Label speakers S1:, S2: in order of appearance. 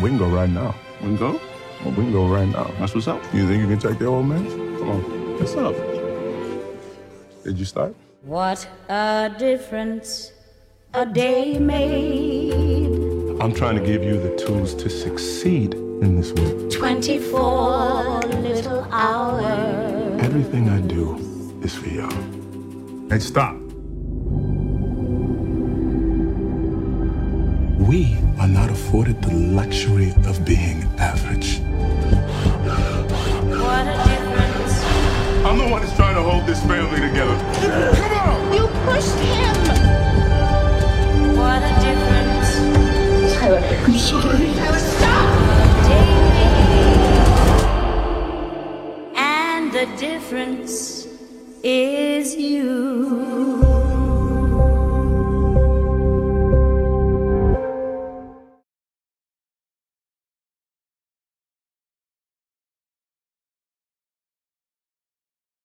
S1: We can go right now.
S2: We can go?
S1: We can go right now.
S2: That's what's up.
S1: You think you can take the old man?
S2: Come on. What's up?
S1: Did you start?
S3: What a difference a day made.
S2: I'm trying to give you the tools to succeed in this work.
S3: 24 little hours.
S2: Everything I do is for y'all. Hey, stop. We are not afforded the luxury of being average.
S3: What a difference.
S2: I'm the one that's trying to hold this family together. Come on!
S3: You pushed him. What a difference
S2: I'm sorry.
S3: a day made. And the difference is you.